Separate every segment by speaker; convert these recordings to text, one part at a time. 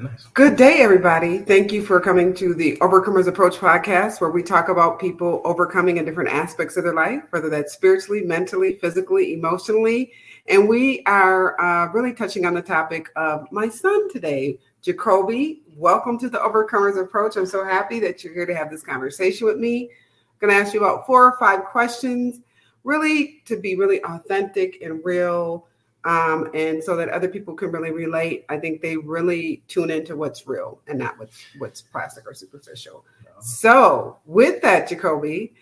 Speaker 1: Nice.
Speaker 2: Good day, everybody. Thank you for coming to the Overcomers Approach podcast, where we talk about people overcoming in different aspects of their life, whether that's spiritually, mentally, physically, emotionally. And we are uh, really touching on the topic of my son today, Jacoby. Welcome to the Overcomers Approach. I'm so happy that you're here to have this conversation with me. I'm going to ask you about four or five questions, really to be really authentic and real um, and so that other people can really relate. I think they really tune into what's real and not what's what's plastic or superficial. So, with that, Jacoby,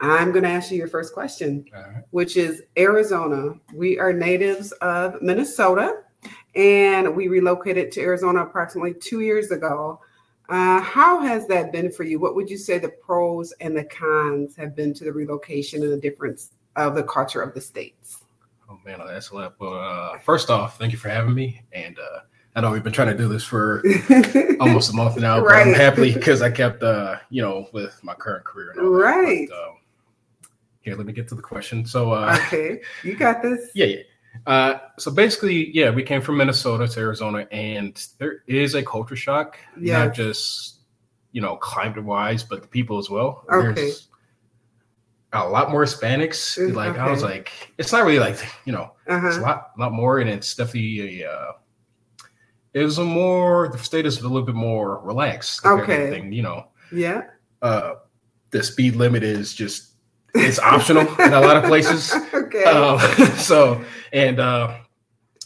Speaker 2: I'm going to ask you your first question,
Speaker 1: All right.
Speaker 2: which is Arizona. We are natives of Minnesota, and we relocated to Arizona approximately two years ago. Uh, how has that been for you? What would you say the pros and the cons have been to the relocation and the difference of the culture of the states?
Speaker 1: Oh man, that's a lot. Well, uh, first off, thank you for having me. And uh, I know we've been trying to do this for almost a month now, but I'm
Speaker 2: Right.
Speaker 1: happy because I kept, uh, you know, with my current career and all that.
Speaker 2: Right.
Speaker 1: But, um, here, let me get to the question. So, uh,
Speaker 2: okay, you got this.
Speaker 1: yeah, yeah. Uh, so basically, yeah, we came from Minnesota to Arizona, and there is a culture shock,
Speaker 2: Yes.
Speaker 1: not just you know climate wise, but the people as well.
Speaker 2: Okay.
Speaker 1: There's a lot more Hispanics.
Speaker 2: Mm,
Speaker 1: Like I was
Speaker 2: okay.
Speaker 1: like, it's not really like you know, it's a
Speaker 2: Uh-huh.
Speaker 1: lot, lot more, and it's definitely a. Uh, it was a more the state is a little bit more relaxed. compared to
Speaker 2: Okay.
Speaker 1: everything, you know,
Speaker 2: Yeah.
Speaker 1: uh, the speed limit is just it's optional in a lot of places.
Speaker 2: okay.
Speaker 1: Um, so and uh,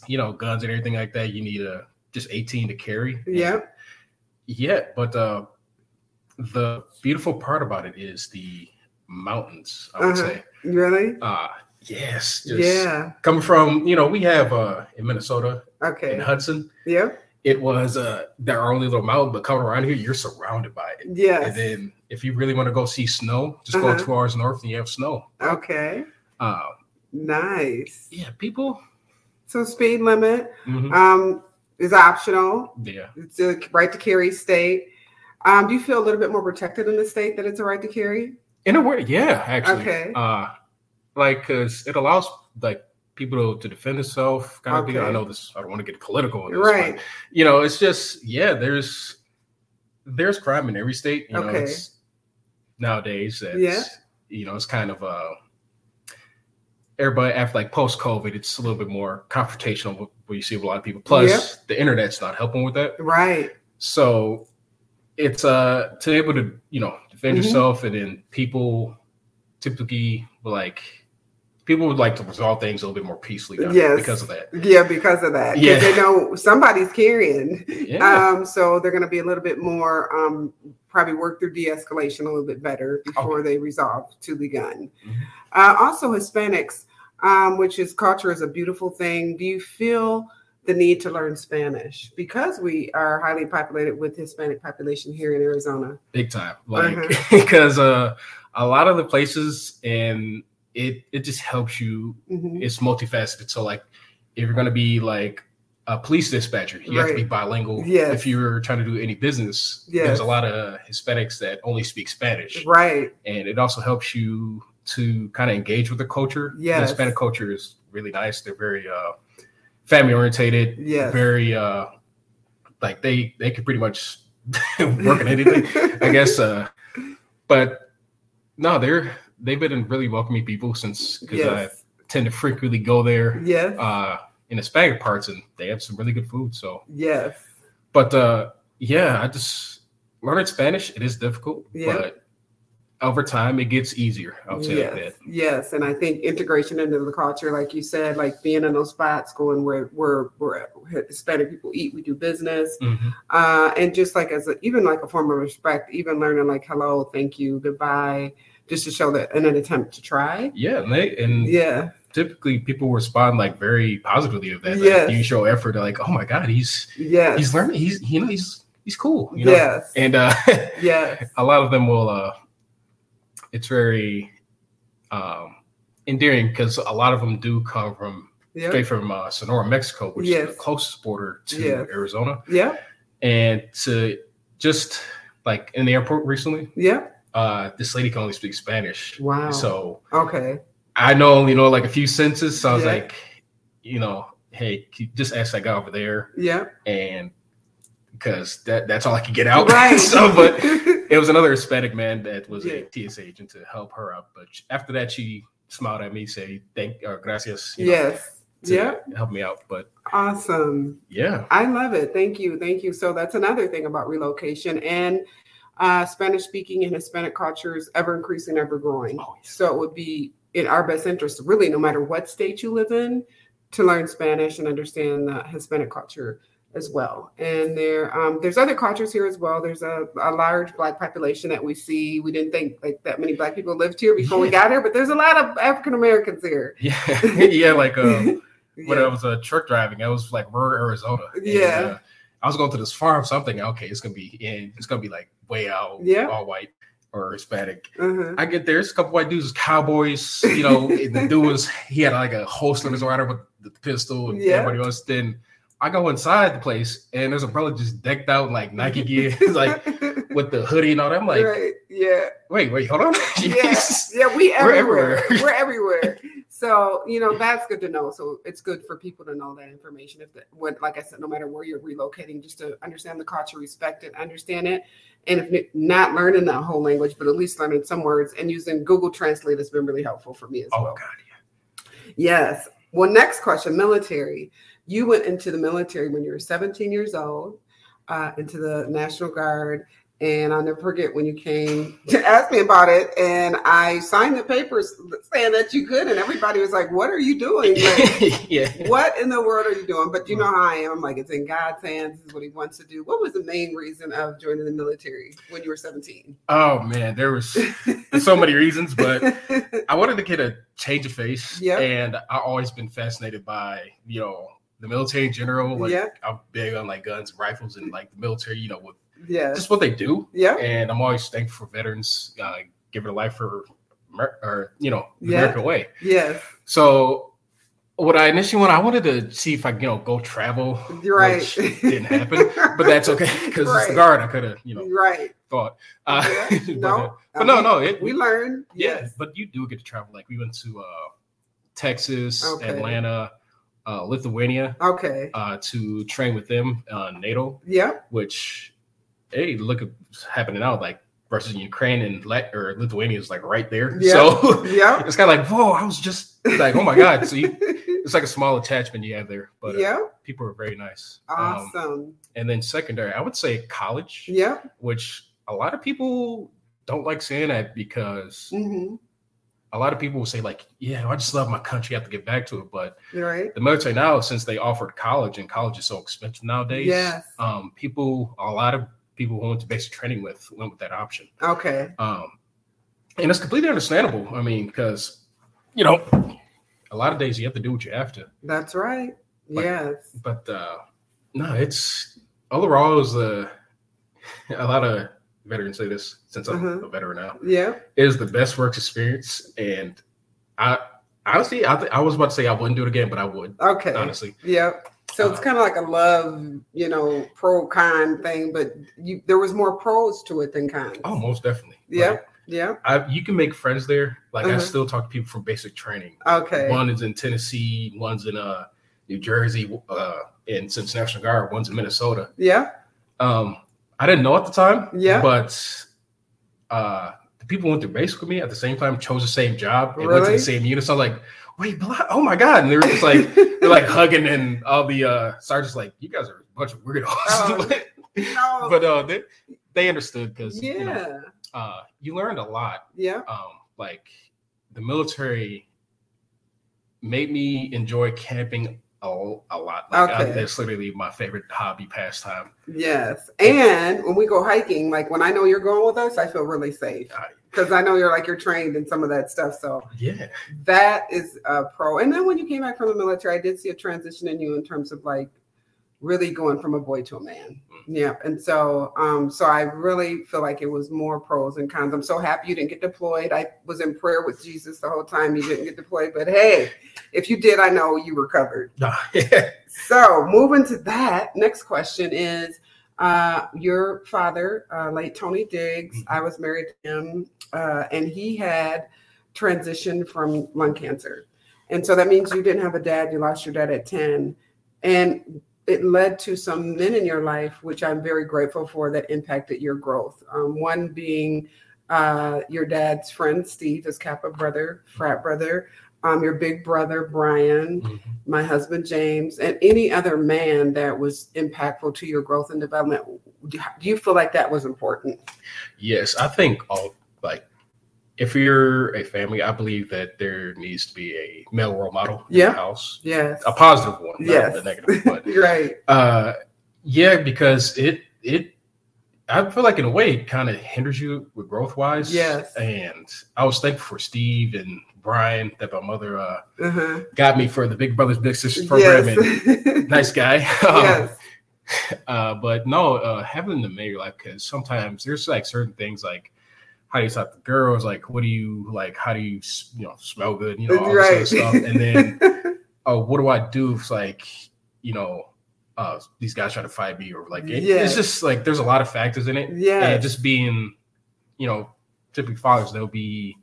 Speaker 1: you know, guns and everything like that, you need a just 18 to carry.
Speaker 2: yep.
Speaker 1: Yeah, but uh, the beautiful part about it is the mountains. I would
Speaker 2: Uh-huh.
Speaker 1: say,
Speaker 2: Really?
Speaker 1: uh, yes, just
Speaker 2: Yeah.
Speaker 1: coming from you know, we have uh, in Minnesota in
Speaker 2: Okay.
Speaker 1: Hudson,
Speaker 2: Yep.
Speaker 1: it was uh, there are only little mountain, but coming around here, you're surrounded by it. And
Speaker 2: Yes.
Speaker 1: then if you really want to go see snow, just
Speaker 2: Uh-huh.
Speaker 1: go two hours north and you have snow.
Speaker 2: Okay.
Speaker 1: Uh,
Speaker 2: Nice.
Speaker 1: yeah, people.
Speaker 2: So speed limit
Speaker 1: Mhm.
Speaker 2: um, is optional.
Speaker 1: yeah.
Speaker 2: It's a right to carry state. Um, do you feel a little bit more protected in the state that it's a right to carry?
Speaker 1: In a way, yeah, actually.
Speaker 2: Okay.
Speaker 1: Uh, like, cause it allows like people to, to defend themselves, kind of thing.
Speaker 2: Okay.
Speaker 1: I know this. I don't want to get political. On this,
Speaker 2: Right.
Speaker 1: But, you know, it's just yeah. There's there's crime in every state. You know,
Speaker 2: Okay.
Speaker 1: it's, nowadays, that's,
Speaker 2: Yeah.
Speaker 1: You know, it's kind of uh, everybody after like post COVID, it's a little bit more confrontational. What what you see with a lot of people. Plus, the internet's not helping with that.
Speaker 2: Right.
Speaker 1: So it's uh to able to you know defend
Speaker 2: Mhm.
Speaker 1: yourself, and then people typically will like people would like to resolve things a little bit more peacefully now
Speaker 2: Yes.
Speaker 1: because of that.
Speaker 2: Yeah, because of that. 'Cause
Speaker 1: Yeah.
Speaker 2: They know somebody's carrying.
Speaker 1: Yeah,
Speaker 2: Um, so they're going to be a little bit more, um, probably work through de escalation a little bit better before they resolve to the gun.
Speaker 1: Mhm.
Speaker 2: Uh, also, Hispanics, um, which is culture is a beautiful thing. Do you feel the need to learn Spanish because we are highly populated with Hispanic population here in Arizona?
Speaker 1: big time. Like
Speaker 2: Mm-hmm.
Speaker 1: because uh a lot of the places and it it just helps you.
Speaker 2: Mhm.
Speaker 1: It's multifaceted. So like if you're gonna be like a police dispatcher, you have to be
Speaker 2: Right.
Speaker 1: bilingual.
Speaker 2: Yes.
Speaker 1: If you're trying to do any business,
Speaker 2: Yes.
Speaker 1: there's a lot of Hispanics that only speak Spanish.
Speaker 2: Right.
Speaker 1: and it also helps you to kind of engage with the culture.
Speaker 2: Yes.
Speaker 1: the Hispanic culture is really nice. They're very uh, family orientated.
Speaker 2: Yes.
Speaker 1: very uh, like they they could pretty much work on anything, I guess. Uh, but no, they're they've been really welcoming people since because
Speaker 2: yes.
Speaker 1: I tend to frequently go there
Speaker 2: yes.
Speaker 1: uh, in Hispanic parts, and they have some really good food. So,
Speaker 2: yes.
Speaker 1: but uh, yeah, I just learning Spanish. It is difficult,
Speaker 2: Yeah.
Speaker 1: but over time it gets easier. I would say
Speaker 2: yes,
Speaker 1: like that.
Speaker 2: yes, and I think integration into the culture, like you said, like being in those spots, going where where where Hispanic people eat, we do business,
Speaker 1: Mm-hmm.
Speaker 2: uh, and just like as a, even like a form of respect, even learning like hello, thank you, goodbye, just to show that in an attempt to try.
Speaker 1: Yeah, and, they, and
Speaker 2: Yeah,
Speaker 1: typically people respond like very positively to that. Like,
Speaker 2: Yes.
Speaker 1: you show effort, they're like, oh my god, he's
Speaker 2: yes,
Speaker 1: he's learning. He's you know he's he's cool. You know?
Speaker 2: yes,
Speaker 1: and uh,
Speaker 2: yes,
Speaker 1: a lot of them will. uh It's very um endearing because a lot of them do come from
Speaker 2: yep,
Speaker 1: straight from uh, Sonora, Mexico, which
Speaker 2: Yes.
Speaker 1: is the closest border to
Speaker 2: Yes.
Speaker 1: Arizona,
Speaker 2: yep,
Speaker 1: and to just like in the airport recently.
Speaker 2: yep.
Speaker 1: Uh, this lady can only speak Spanish.
Speaker 2: Wow.
Speaker 1: So
Speaker 2: Okay,
Speaker 1: I know, you know, like a few sentences. So I was
Speaker 2: Yeah.
Speaker 1: like, you know, hey, c- just ask that guy over there.
Speaker 2: yep,
Speaker 1: And because that that's all I could get out.
Speaker 2: Right.
Speaker 1: so, but it was another Hispanic man that was
Speaker 2: Yeah.
Speaker 1: a TSA agent to help her out. But sh- after that, she smiled at me, say thank or gracias. you know,
Speaker 2: yes.
Speaker 1: to
Speaker 2: Yep.
Speaker 1: help me out. But
Speaker 2: Awesome.
Speaker 1: yeah,
Speaker 2: I love it. Thank you. Thank you. So that's another thing about relocation and uh, Spanish speaking and Hispanic cultures ever increasing, ever growing.
Speaker 1: Oh, yes.
Speaker 2: So it would be in our best interest, really, no matter what state you live in, to learn Spanish and understand the Hispanic culture as well. And there, um, there's other cultures here as well. There's a, a large Black population that we see. We didn't think like that many Black people lived here before we got here, but there's a lot of African Americans here.
Speaker 1: yeah, yeah. Like um, when
Speaker 2: Yeah.
Speaker 1: I was uh, truck driving, I was like rural Arizona. And,
Speaker 2: Yeah.
Speaker 1: uh, I was going to this farm. So I'm thinking, okay, it's gonna be in, it's gonna be like way out,
Speaker 2: Yeah.
Speaker 1: all white or Hispanic.
Speaker 2: Uh-huh.
Speaker 1: I get there, it's a couple white dudes, cowboys, you know, and the dude was he had like a holster in his rider with the pistol and
Speaker 2: Yeah.
Speaker 1: everybody else. Then I go inside the place and there's a brother just decked out in like Nike gear, like with the hoodie and all that. I'm like,
Speaker 2: right. Yeah.
Speaker 1: wait, wait, hold on.
Speaker 2: Yeah.
Speaker 1: Jeez.
Speaker 2: Yeah, we
Speaker 1: We're
Speaker 2: everywhere.
Speaker 1: everywhere.
Speaker 2: We're everywhere. So you know that's good to know. So it's good for people to know that information. If the, what, like I said, no matter where you're relocating, just to understand the culture, respect it, understand it, and if n- not learning that whole language, but at least learning some words and using Google Translate has been really helpful for me as
Speaker 1: Oh
Speaker 2: well.
Speaker 1: god,
Speaker 2: Yes. Well, next question military. You went into the military when you were 17 years old, uh, into the National Guard. And I'll never forget when you came to ask me about it. And I signed the papers saying that you could. And everybody was like, What are you doing? Like,
Speaker 1: yeah.
Speaker 2: what in the world are you doing? But you
Speaker 1: Mm-hmm.
Speaker 2: know how I am. I'm like, It's in God's hands. This is what He wants to do. What was the main reason of joining the military when you were 17?
Speaker 1: Oh man, there was so many reasons, but I wanted to get a change of face.
Speaker 2: Yep.
Speaker 1: And I always been fascinated by, you know, the military in general. Like
Speaker 2: yeah.
Speaker 1: I'm big on like guns, rifles, and like the military, you know, with
Speaker 2: Yeah.
Speaker 1: just what they do.
Speaker 2: Yeah.
Speaker 1: And I'm always thankful for veterans uh, giving their life for, Amer- or you know, the
Speaker 2: Yeah.
Speaker 1: American way.
Speaker 2: Yes.
Speaker 1: So, what I initially wanted, I wanted to see if I, you know, go travel,
Speaker 2: You're right.
Speaker 1: which didn't happen, but that's okay because it's
Speaker 2: Right.
Speaker 1: the guard. I could have, you know,
Speaker 2: right.
Speaker 1: thought. Uh,
Speaker 2: Yeah,
Speaker 1: but,
Speaker 2: no,
Speaker 1: but no, no, it,
Speaker 2: We learned.
Speaker 1: yeah,
Speaker 2: Yes.
Speaker 1: but you do get to travel. Like we went to uh, Texas,
Speaker 2: Okay.
Speaker 1: Atlanta, uh, Lithuania
Speaker 2: Okay.
Speaker 1: uh, to train with them, uh, NATO
Speaker 2: Yep.
Speaker 1: which hey, look at what's happening now, like versus Ukraine and Lat- or Lithuania is like right there.
Speaker 2: Yeah.
Speaker 1: So
Speaker 2: Yep.
Speaker 1: it's kind of like, whoa, I was just like, oh my god. So you, it's like a small attachment you have there, but uh,
Speaker 2: yep.
Speaker 1: people are very nice. Um,
Speaker 2: Awesome.
Speaker 1: and then secondary, I would say college,
Speaker 2: yep.
Speaker 1: which a lot of people don't like saying that because
Speaker 2: hmm
Speaker 1: a lot of people will say like, yeah, I just love my country, I have to get back to it, but
Speaker 2: You're right.
Speaker 1: the military now since they offered college and college is so expensive nowadays
Speaker 2: Yes.
Speaker 1: um people a lot of people who went to basic training with went with that option
Speaker 2: Okay.
Speaker 1: um and it's completely understandable i mean because you know a lot of days you have to do what you have to
Speaker 2: That's right.
Speaker 1: But-
Speaker 2: yes.
Speaker 1: but uh no it's overall it was uh, a lot of veterans say this since i'm
Speaker 2: Uh-huh.
Speaker 1: a veteran now
Speaker 2: Yep.
Speaker 1: it is the best work experience and i honestly i, th- I was about to say i wouldn't do it again but i would
Speaker 2: Okay.
Speaker 1: honestly
Speaker 2: Yep. So it's
Speaker 1: Uh,
Speaker 2: kind of like a love, you know, pro con thing, but you there was more pros to it than cons.
Speaker 1: oh most definitely
Speaker 2: Yep.
Speaker 1: Like,
Speaker 2: Yep.
Speaker 1: I, you can make friends there. Like I
Speaker 2: Uh-huh.
Speaker 1: still talk to people from basic training.
Speaker 2: Okay.
Speaker 1: One is in Tennessee, one's in uh New Jersey, uh, and since National Guard, one's in Minnesota.
Speaker 2: Yep.
Speaker 1: Um, I didn't know at the time,
Speaker 2: Yeah.
Speaker 1: but uh, the people who went through basic with me at the same time chose the same job and went to
Speaker 2: Really?
Speaker 1: the same unit. So I'm like, wait, blah, oh my god! And they were just like they're like hugging, and all the uh, sergeants like, you guys are a bunch of weirdos.
Speaker 2: Oh, no.
Speaker 1: but uh, they they understood because
Speaker 2: yeah.
Speaker 1: you know, uh, you learned a lot
Speaker 2: yep.
Speaker 1: um, like the military made me enjoy camping a, a lot. Like I,
Speaker 2: Okay.
Speaker 1: that's literally my favorite hobby pastime.
Speaker 2: Yes. And when we go hiking, like when I know you're going with us, I feel really safe.
Speaker 1: Right.
Speaker 2: Because I know you're like you're trained in some of that stuff. So
Speaker 1: Yeah,
Speaker 2: that is a pro. And then when you came back from the military, I did see a transition in you in terms of like really going from a boy to a man. Yeah. And so um so I really feel like it was more pros and cons. I'm so happy you didn't get deployed. I was in prayer with Jesus the whole time you didn't get deployed. But hey, if you did, I know you recovered.
Speaker 1: Nah, yeah.
Speaker 2: So moving to that, next question is uh, your father, uh, late Tony Diggs.
Speaker 1: Mhm.
Speaker 2: I was married to him, uh, and he had transitioned from lung cancer, and so that means you didn't have a dad. You lost your dad at ten, and it led to some men in your life, which I'm very grateful for, that impacted your growth. Um, one being uh, your dad's friend, Steve, his Kappa brother, frat brother, um, your big brother, Brian,
Speaker 1: Mhm.
Speaker 2: my husband, James, and any other man that was impactful to your growth and development. Do do you feel like that was important?
Speaker 1: Yes, I think all like if you're a family, I believe that there needs to be a male role model in
Speaker 2: Yeah.
Speaker 1: the house,
Speaker 2: Yes.
Speaker 1: a positive one, not
Speaker 2: Yes.
Speaker 1: the negative one.
Speaker 2: Right.
Speaker 1: Uh, yeah, because it it I feel like in a way it kind of hinders you with growth wise.
Speaker 2: Yes.
Speaker 1: and I was thankful for Steve and Brian that my mother uh,
Speaker 2: Uh-huh.
Speaker 1: got me for the Big Brothers Big Sisters program. And
Speaker 2: Yes.
Speaker 1: nice guy. Um,
Speaker 2: yes.
Speaker 1: uh, but no, uh, having the mayor like because sometimes there's like certain things like how do you talk to girls, like what do you like, how do you s- you know smell good, you know all
Speaker 2: Right.
Speaker 1: this other stuff, and then oh, what do I do if like you know uh, these guys try to fight me or like it-
Speaker 2: Yes.
Speaker 1: it's just like there's a lot of factors in it,
Speaker 2: Yes.
Speaker 1: and just being you know typically fathers they'll be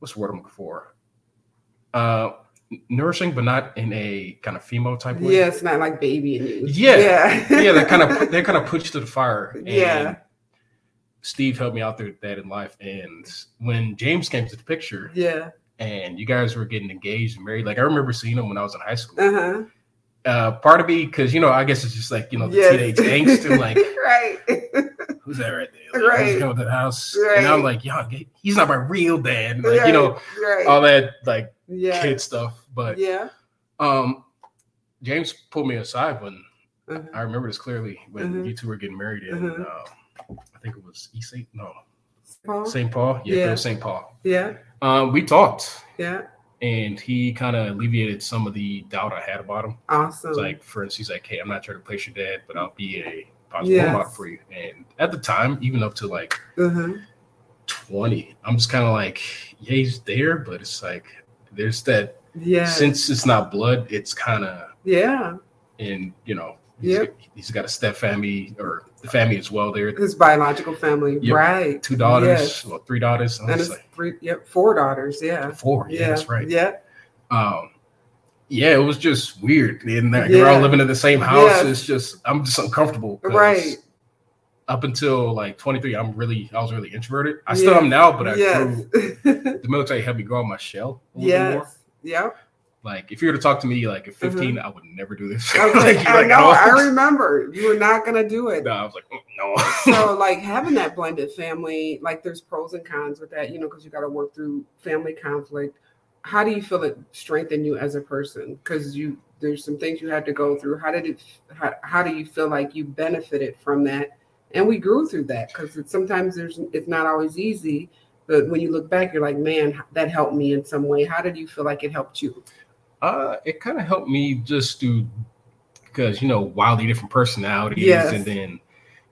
Speaker 1: what's the word I'm looking for. Uh, nourishing, but not in a kind of female type way
Speaker 2: Yes, not like baby and you.
Speaker 1: Yeah.
Speaker 2: Yeah.
Speaker 1: yeah, they kind of they kind of pushed to the fire. And
Speaker 2: Yeah.
Speaker 1: Steve helped me out through that in life, and when James came to the picture,
Speaker 2: Yeah.
Speaker 1: and you guys were getting engaged and married, like I remember seeing him when I was in high school.
Speaker 2: Uh huh.
Speaker 1: Uh, part of me, because you know, I guess it's just like you know the
Speaker 2: Yes.
Speaker 1: teenage angst and like
Speaker 2: right.
Speaker 1: who's that right there? Like,
Speaker 2: Right.
Speaker 1: He's coming to the house,
Speaker 2: Right.
Speaker 1: and I'm like, yeah, he's not my real dad. and, Like
Speaker 2: right.
Speaker 1: you know
Speaker 2: Right.
Speaker 1: all that like
Speaker 2: yeah.
Speaker 1: kid stuff. But
Speaker 2: Yeah.
Speaker 1: um, James pulled me aside when
Speaker 2: Uh-huh.
Speaker 1: I remember this clearly when
Speaker 2: Mhm.
Speaker 1: you two were getting married in,
Speaker 2: Mm-hmm.
Speaker 1: um, I think it was East St. No,
Speaker 2: Paul?
Speaker 1: St. Paul. Yeah,
Speaker 2: Yeah.
Speaker 1: yeah. St. Paul.
Speaker 2: Yeah.
Speaker 1: Um, we talked,
Speaker 2: Yeah.
Speaker 1: and he kind of alleviated some of the doubt I had about him.
Speaker 2: Awesome.
Speaker 1: It's like, for instance, he's like, "Hey, I'm not trying to place your dad, but I'll be a positive
Speaker 2: Yes.
Speaker 1: role model for you." And at the time, even up to like
Speaker 2: uh-huh.
Speaker 1: 20, I'm just kind of like, "Yeah, he's there," but it's like there's that
Speaker 2: Yeah.
Speaker 1: since it's not blood, it's kind of
Speaker 2: yeah.
Speaker 1: in you know. he's
Speaker 2: Yep.
Speaker 1: got- he's got a step family or the family as well there
Speaker 2: His biological family.
Speaker 1: Yep.
Speaker 2: Right.
Speaker 1: two daughters,
Speaker 2: Yes.
Speaker 1: well, three daughters. I
Speaker 2: And
Speaker 1: was
Speaker 2: his
Speaker 1: like,
Speaker 2: three, yep, four daughters. Yeah.
Speaker 1: four. Yeah, that's right.
Speaker 2: Yeah.
Speaker 1: Um, yeah, it was just weird. And they're, they're all
Speaker 2: Yeah.
Speaker 1: living in the same house.
Speaker 2: Yes.
Speaker 1: It's just I'm just uncomfortable. 'cause
Speaker 2: Right.
Speaker 1: Up until like 23, I'm really I was really introverted. I
Speaker 2: Yeah.
Speaker 1: still am now, but I
Speaker 2: yes.
Speaker 1: grew. The military helped me grow out my shell a little bit more.
Speaker 2: yes. Yep.
Speaker 1: Like if you were to talk to me like at 15, I would never do this.
Speaker 2: I, was
Speaker 1: Like,
Speaker 2: like,
Speaker 1: you're
Speaker 2: I
Speaker 1: like,
Speaker 2: know.
Speaker 1: no.
Speaker 2: I remember you were not gonna do it.
Speaker 1: No, I was like, mm, no.
Speaker 2: so like having that blended family like there's pros and cons with that you know because you got to work through family conflict how do you feel it strengthened you as a person because you there's some things you had to go through how did it how, how do you feel like you benefited from that and we grew through that because sometimes there's it's not always easy but when you look back you're like man that helped me in some way how did you feel like it helped you
Speaker 1: Uh, it kind of helped me just to because you know wildly different personalities,
Speaker 2: Yes.
Speaker 1: and then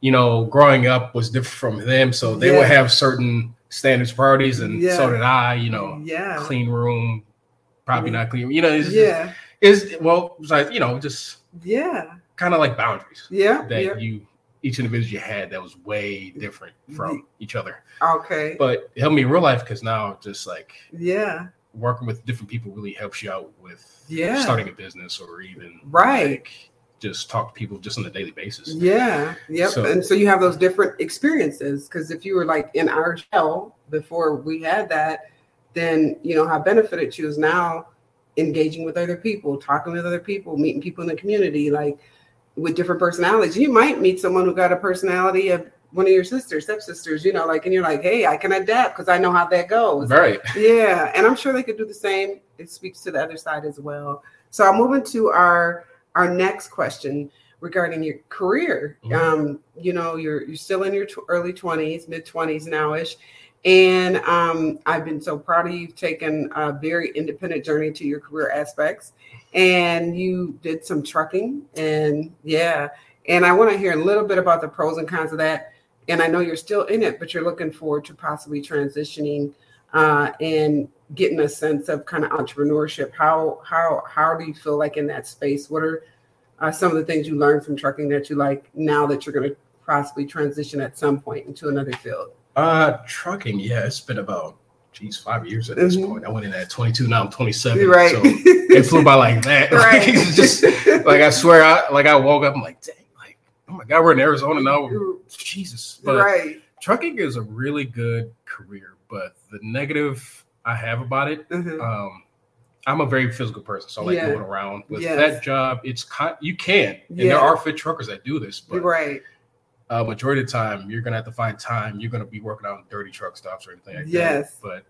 Speaker 1: you know growing up was different from them, so they
Speaker 2: Yeah.
Speaker 1: would have certain standards, priorities, and
Speaker 2: Yeah.
Speaker 1: so did I. You know,
Speaker 2: yeah
Speaker 1: clean room, probably not clean. You know, it's,
Speaker 2: yeah
Speaker 1: it's well, it's like you know, just
Speaker 2: yeah
Speaker 1: kind of like boundaries
Speaker 2: yeah
Speaker 1: that
Speaker 2: yeah
Speaker 1: you each individual you had that was way different from each other,
Speaker 2: okay
Speaker 1: but it helped me in real life because now just like
Speaker 2: yeah
Speaker 1: working with different people really helps you out with
Speaker 2: Yeah.
Speaker 1: starting a business or even
Speaker 2: Right.
Speaker 1: like, just talk to people just on a daily basis.
Speaker 2: Yeah. Yep.
Speaker 1: So-
Speaker 2: and so you have those different experiences because if you were like in our shell before we had that, then you know how benefited you is now engaging with other people, talking with other people, meeting people in the community, like with different personalities. You might meet someone who got a personality of one of your sisters, stepsisters, you know, like, and you're like, hey, I can adapt because I know how that goes.
Speaker 1: Right.
Speaker 2: Yeah, and I'm sure they could do the same. It speaks to the other side as well. So I'm moving to our our next question regarding your career.
Speaker 1: Mhm.
Speaker 2: Um, you know, you're you're still in your tw- early 20s, mid 20s nowish, and um, I've been so proud of you. You've taken a very independent journey to your career aspects, and you did some trucking, and yeah, and I want to hear a little bit about the pros and cons of that. And I know you're still in it, but you're looking forward to possibly transitioning uh, and getting a sense of kind of entrepreneurship. How how how do you feel like in that space? What are uh, some of the things you learned from trucking that you like now that you're going to possibly transition at some point into another field?
Speaker 1: Uh, trucking. Yeah, it's been about geez, five years at this
Speaker 2: Mhm.
Speaker 1: point. I went in at 22, now I'm 27.
Speaker 2: right.
Speaker 1: So it flew by like that.
Speaker 2: right.
Speaker 1: Like, it's just like I swear, I like I woke up, I'm like, dang, like oh my god, we're in Arizona now. Jesus, but
Speaker 2: right.
Speaker 1: trucking is a really good career. But the negative I have about it,
Speaker 2: Uh-huh.
Speaker 1: um, I'm a very physical person, so I like
Speaker 2: Yeah.
Speaker 1: moving around. With
Speaker 2: Yes.
Speaker 1: that job, it's con- you can, and
Speaker 2: Yeah.
Speaker 1: there are fit truckers that do this, but
Speaker 2: Right.
Speaker 1: uh, majority of the time, you're gonna have to find time. You're gonna be working on dirty truck stops or anything like
Speaker 2: Yes. Mm-hmm.
Speaker 1: that. But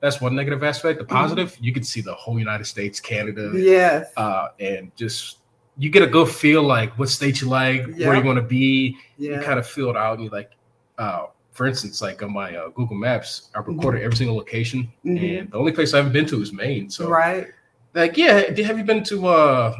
Speaker 1: that's one negative aspect. The positive, you can see the whole United States, Canada,
Speaker 2: Yes.
Speaker 1: uh, and just you get a good feel like what state you like, where
Speaker 2: Yeah.
Speaker 1: you want to be. You
Speaker 2: yeah.
Speaker 1: kind of feel it out, and you like, uh, for instance, like on my uh, Google Maps, I recorded
Speaker 2: Mm-hmm.
Speaker 1: every single location,
Speaker 2: Mhm.
Speaker 1: and the only place I haven't been to is Maine. So,
Speaker 2: right.
Speaker 1: like, yeah, d- have you been to uh,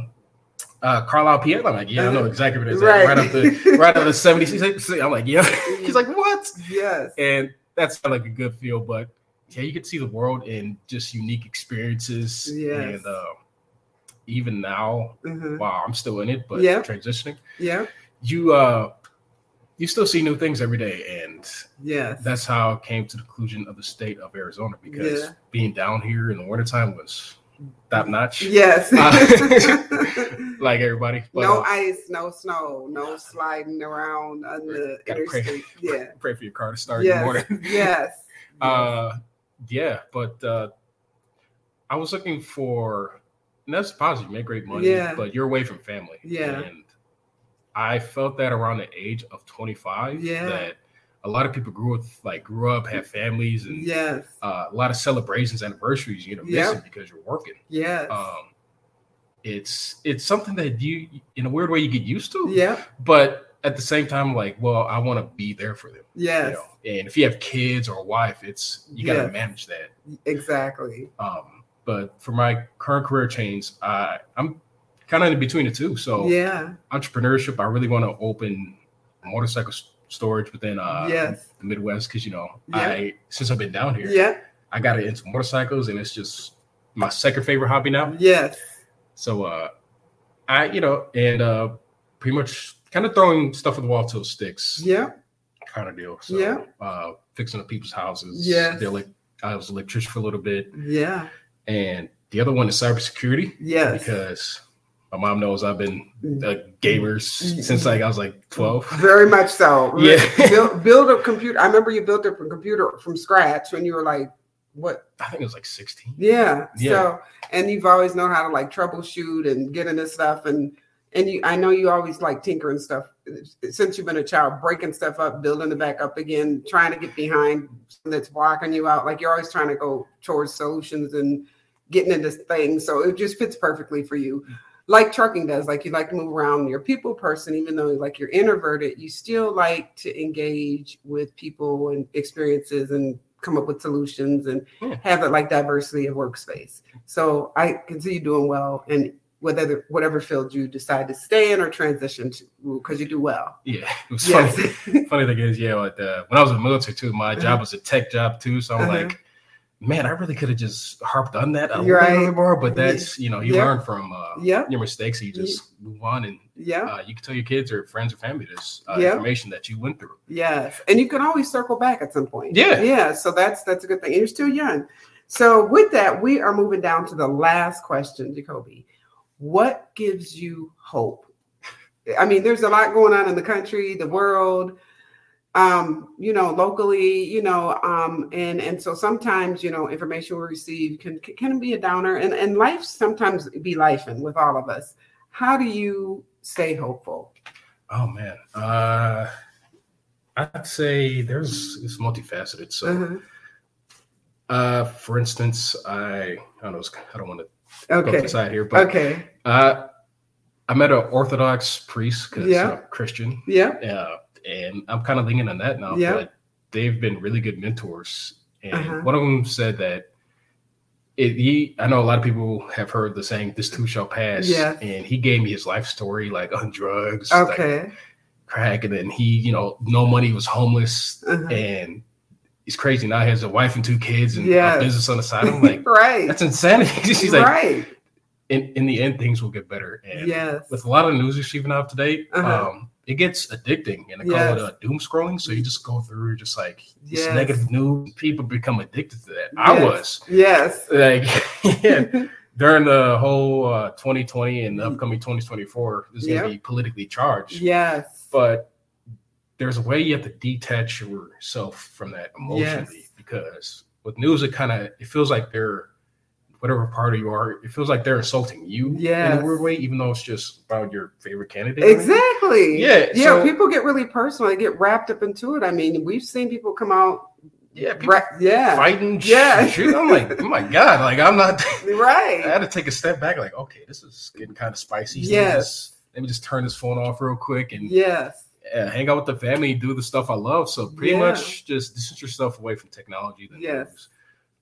Speaker 1: uh, Carlisle, PA? I'm like, yeah, I know exactly where it is. at,
Speaker 2: Uh, Right.
Speaker 1: right up the right up the 70s. I'm like, yeah. He's like, what?
Speaker 2: Yes.
Speaker 1: and that's not like a good feel. But yeah, you can see the world in just unique experiences,
Speaker 2: Yes.
Speaker 1: and uh, even now,
Speaker 2: Uh-huh.
Speaker 1: wow, I'm still in it, but
Speaker 2: Yeah.
Speaker 1: transitioning.
Speaker 2: Yeah.
Speaker 1: You uh, you still see new things every day, and
Speaker 2: Yes.
Speaker 1: that's how I came to the conclusion of the state of Arizona because
Speaker 2: Yeah.
Speaker 1: being down here in the wintertime was top notch,
Speaker 2: Yes.
Speaker 1: Uh, like everybody. But,
Speaker 2: no
Speaker 1: uh,
Speaker 2: ice, no snow, no sliding around on the
Speaker 1: Gotta pray.
Speaker 2: interstate. Yeah.
Speaker 1: pray for your car to start in the morning.
Speaker 2: Yes. Yes.
Speaker 1: Uh, yeah, but uh, I was looking for, and that's positive. You make great money,
Speaker 2: Yeah.
Speaker 1: but you're away from family.
Speaker 2: Yeah.
Speaker 1: and I felt that around the age of 25.
Speaker 2: Yeah.
Speaker 1: that a lot of people grew with, like, grew up, had families, and
Speaker 2: yes.
Speaker 1: uh, a lot of celebrations, anniversaries. You know,
Speaker 2: Yeah.
Speaker 1: missing because you're working.
Speaker 2: Yes.
Speaker 1: Um, it's it's something that you, in a weird way, you get used to.
Speaker 2: yep.
Speaker 1: But at the same time, like, well, I want to be there for them
Speaker 2: Yes.
Speaker 1: you know, and if you have kids or a wife, it's you got to
Speaker 2: Yes.
Speaker 1: manage that.
Speaker 2: Exactly.
Speaker 1: Um, but for my current career change, I I'm kind of in between the two. So
Speaker 2: yeah.
Speaker 1: entrepreneurship, I really want to open motorcycle s- storage within uh,
Speaker 2: yes.
Speaker 1: the Midwest because you know
Speaker 2: Yeah.
Speaker 1: I since I've been down here,
Speaker 2: Yep.
Speaker 1: I got into motorcycles, and it's just my second favorite hobby now.
Speaker 2: Yes.
Speaker 1: So uh, I you know and uh, pretty much kind of throwing stuff at the wall till it sticks
Speaker 2: Yep.
Speaker 1: kind of deal. So,
Speaker 2: Yeah.
Speaker 1: uh, fixing up people's houses.
Speaker 2: Yes.
Speaker 1: The elec- I was an electrician for a little bit.
Speaker 2: Yeah.
Speaker 1: And the other one is cybersecurity
Speaker 2: Yes. Mm.
Speaker 1: because my mom knows I've been a gamer
Speaker 2: Mm-hmm.
Speaker 1: s- since like I was like 12.
Speaker 2: Very much so.
Speaker 1: Yeah.
Speaker 2: build, build a computer. I remember you built up a computer from scratch when you were like, what?
Speaker 1: I think it was like 16.
Speaker 2: Yeah.
Speaker 1: Yeah.
Speaker 2: So, and you've always known how to like troubleshoot and get into stuff. And, and you, I know you always like tinkering stuff since you've been a child, breaking stuff up, building it back up again, trying to get behind something that's blocking you out. Like you're always trying to go towards solutions and getting into things. So it just fits perfectly for you. Like trucking does, like you like to move around. You're a people person, even though like you're introverted, you still like to engage with people and experiences and come up with solutions and
Speaker 1: Yeah.
Speaker 2: have it like diversity of workspace. So I can see you doing well and whether whatever field you decide to stay in or transition to because you do well.
Speaker 1: Yeah. It was
Speaker 2: Yes.
Speaker 1: funny. funny thing is, yeah, like, uh, when I was in the military too, my
Speaker 2: Uh-huh.
Speaker 1: job was a tech job too. So I'm
Speaker 2: Uh-huh.
Speaker 1: like, man, I really could have just harped on that a
Speaker 2: Right.
Speaker 1: little bit more. But that's, you know, you
Speaker 2: Yeah.
Speaker 1: learn from uh,
Speaker 2: Yeah.
Speaker 1: your mistakes. and You just move on and
Speaker 2: Yeah.
Speaker 1: uh, you can tell your kids or friends or family this uh,
Speaker 2: Yeah.
Speaker 1: information that you went through.
Speaker 2: Yes. And you can always circle back at some point.
Speaker 1: Yeah.
Speaker 2: Yeah. So that's that's a good thing. And you're still young. So with that, we are moving down to the last question, Jacoby. What gives you hope? I mean, there's a lot going on in the country, the world, um, you know, locally, you know, um, and and so sometimes, you know, information we receive can can be a downer, and and life sometimes be life, and with all of us. How do you stay hopeful?
Speaker 1: Oh man, uh, I'd say there's it's multifaceted. So,
Speaker 2: Uh-huh.
Speaker 1: uh, for instance, I I don't know it's- I don't want to go to
Speaker 2: Okay.
Speaker 1: the side here, but
Speaker 2: Okay.
Speaker 1: uh, I met an Orthodox priest because
Speaker 2: Yeah.
Speaker 1: you know, Christian,
Speaker 2: Yeah.
Speaker 1: uh, and I'm kind of leaning on that now.
Speaker 2: Yeah.
Speaker 1: But they've been really good mentors, and
Speaker 2: Uh-huh.
Speaker 1: one of them said that. It, he, I know a lot of people have heard the saying "this too shall pass,"
Speaker 2: Yes.
Speaker 1: and he gave me his life story, like on drugs, like,
Speaker 2: Okay.
Speaker 1: crack, and then he, you know, no money, was homeless,
Speaker 2: Uh-huh.
Speaker 1: and he's crazy now. He has a wife and two kids and
Speaker 2: Yes.
Speaker 1: a business on the side. I'm like,
Speaker 2: right.
Speaker 1: that's insanity. She's like,
Speaker 2: right.
Speaker 1: in, in the end, things will get better. And
Speaker 2: yes.
Speaker 1: with a lot of the news receiving out today,
Speaker 2: Uh-huh.
Speaker 1: um, it gets addicting and they call
Speaker 2: Yes.
Speaker 1: it uh, doom scrolling. So you just go through just like this
Speaker 2: Yes.
Speaker 1: negative news. People become addicted to that. I
Speaker 2: Yes.
Speaker 1: was
Speaker 2: Yes.
Speaker 1: like, yeah, during the whole uh, 2020 and the upcoming 2024 is going
Speaker 2: Mm-hmm. Yeah.
Speaker 1: to be politically charged.
Speaker 2: yes.
Speaker 1: But there's a way you have to detach yourself from that emotionally
Speaker 2: Yes.
Speaker 1: because with news, it kind of it feels like they're whatever party you are, it feels like they're insulting you in
Speaker 2: Yes.
Speaker 1: a weird way, even though it's just about your favorite candidate.
Speaker 2: Exactly.
Speaker 1: Yeah,
Speaker 2: Yeah.
Speaker 1: so-
Speaker 2: people get really personal. They get wrapped up into it. I mean, we've seen people come out.
Speaker 1: Yeah, people
Speaker 2: Ra- yeah.
Speaker 1: fighting.
Speaker 2: Yeah.
Speaker 1: Yeah, shit. I'm like, oh my god, like I'm not. I
Speaker 2: Right.
Speaker 1: had to take a step back. Like, okay, this is getting kind of spicy. Let me
Speaker 2: Yes.
Speaker 1: just- Let me just turn this phone off real quick and
Speaker 2: Yes.
Speaker 1: uh, hang out with the family, do the stuff I love. So pretty
Speaker 2: Yeah.
Speaker 1: much just distance yourself away from technology. than
Speaker 2: Yes.
Speaker 1: news.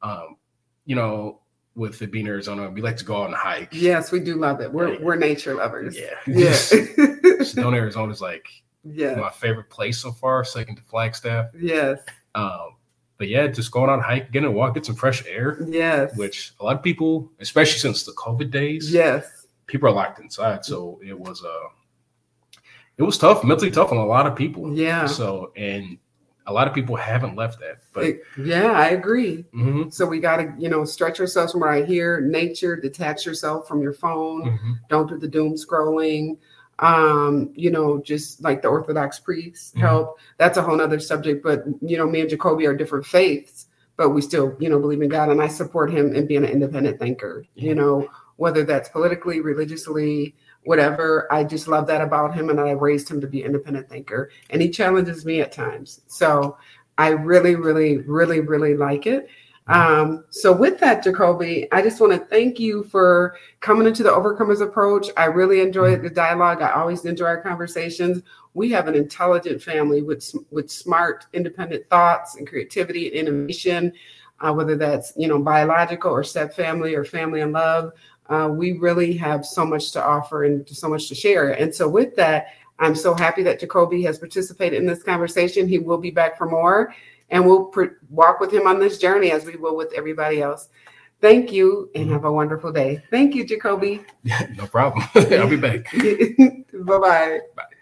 Speaker 1: Um, you know, with it being Arizona, we like to go on a hike.
Speaker 2: Yes. We do love it. We're
Speaker 1: Yeah.
Speaker 2: we're nature lovers.
Speaker 1: Yeah.
Speaker 2: Yeah.
Speaker 1: Sedona, Arizona is like
Speaker 2: yes.
Speaker 1: my favorite place so far, second to Flagstaff.
Speaker 2: Yes.
Speaker 1: Um, but yeah, just going on a hike, getting a walk, get some fresh air.
Speaker 2: Yes.
Speaker 1: which a lot of people, especially since the COVID days,
Speaker 2: Yes.
Speaker 1: people are locked inside. So it was uh it was tough, mentally tough on a lot of people.
Speaker 2: Yeah.
Speaker 1: So and a lot of people haven't left that. But
Speaker 2: It- yeah, I agree.
Speaker 1: Mhm,
Speaker 2: So we gotta, you know, stretch ourselves from right here, nature, detach yourself from your phone.
Speaker 1: mhm,
Speaker 2: don't do the doom scrolling um you know just like the orthodox priests
Speaker 1: Mhm.
Speaker 2: help that's a whole nother subject but you know me and jacoby are different faiths but we still you know believe in god and i support him in being an independent thinker you
Speaker 1: Yeah.
Speaker 2: know whether that's politically religiously whatever i just love that about him and i raised him to be an independent thinker and he challenges me at times so i really really really really like it um, so with that jacoby i just want to thank you for coming into the overcomers approach i really enjoyed the dialogue i always enjoy our conversations we have an intelligent family with s- with smart independent thoughts and creativity and innovation uh, whether that's you know biological or step family or family and love uh, we really have so much to offer and so much to share and so with that i'm so happy that jacoby has participated in this conversation he will be back for more and we'll pr- walk with him on this journey as we will with everybody else thank you and have a wonderful day thank you jacoby
Speaker 1: no problem. I'll be back.
Speaker 2: Bye-bye.
Speaker 1: Bye.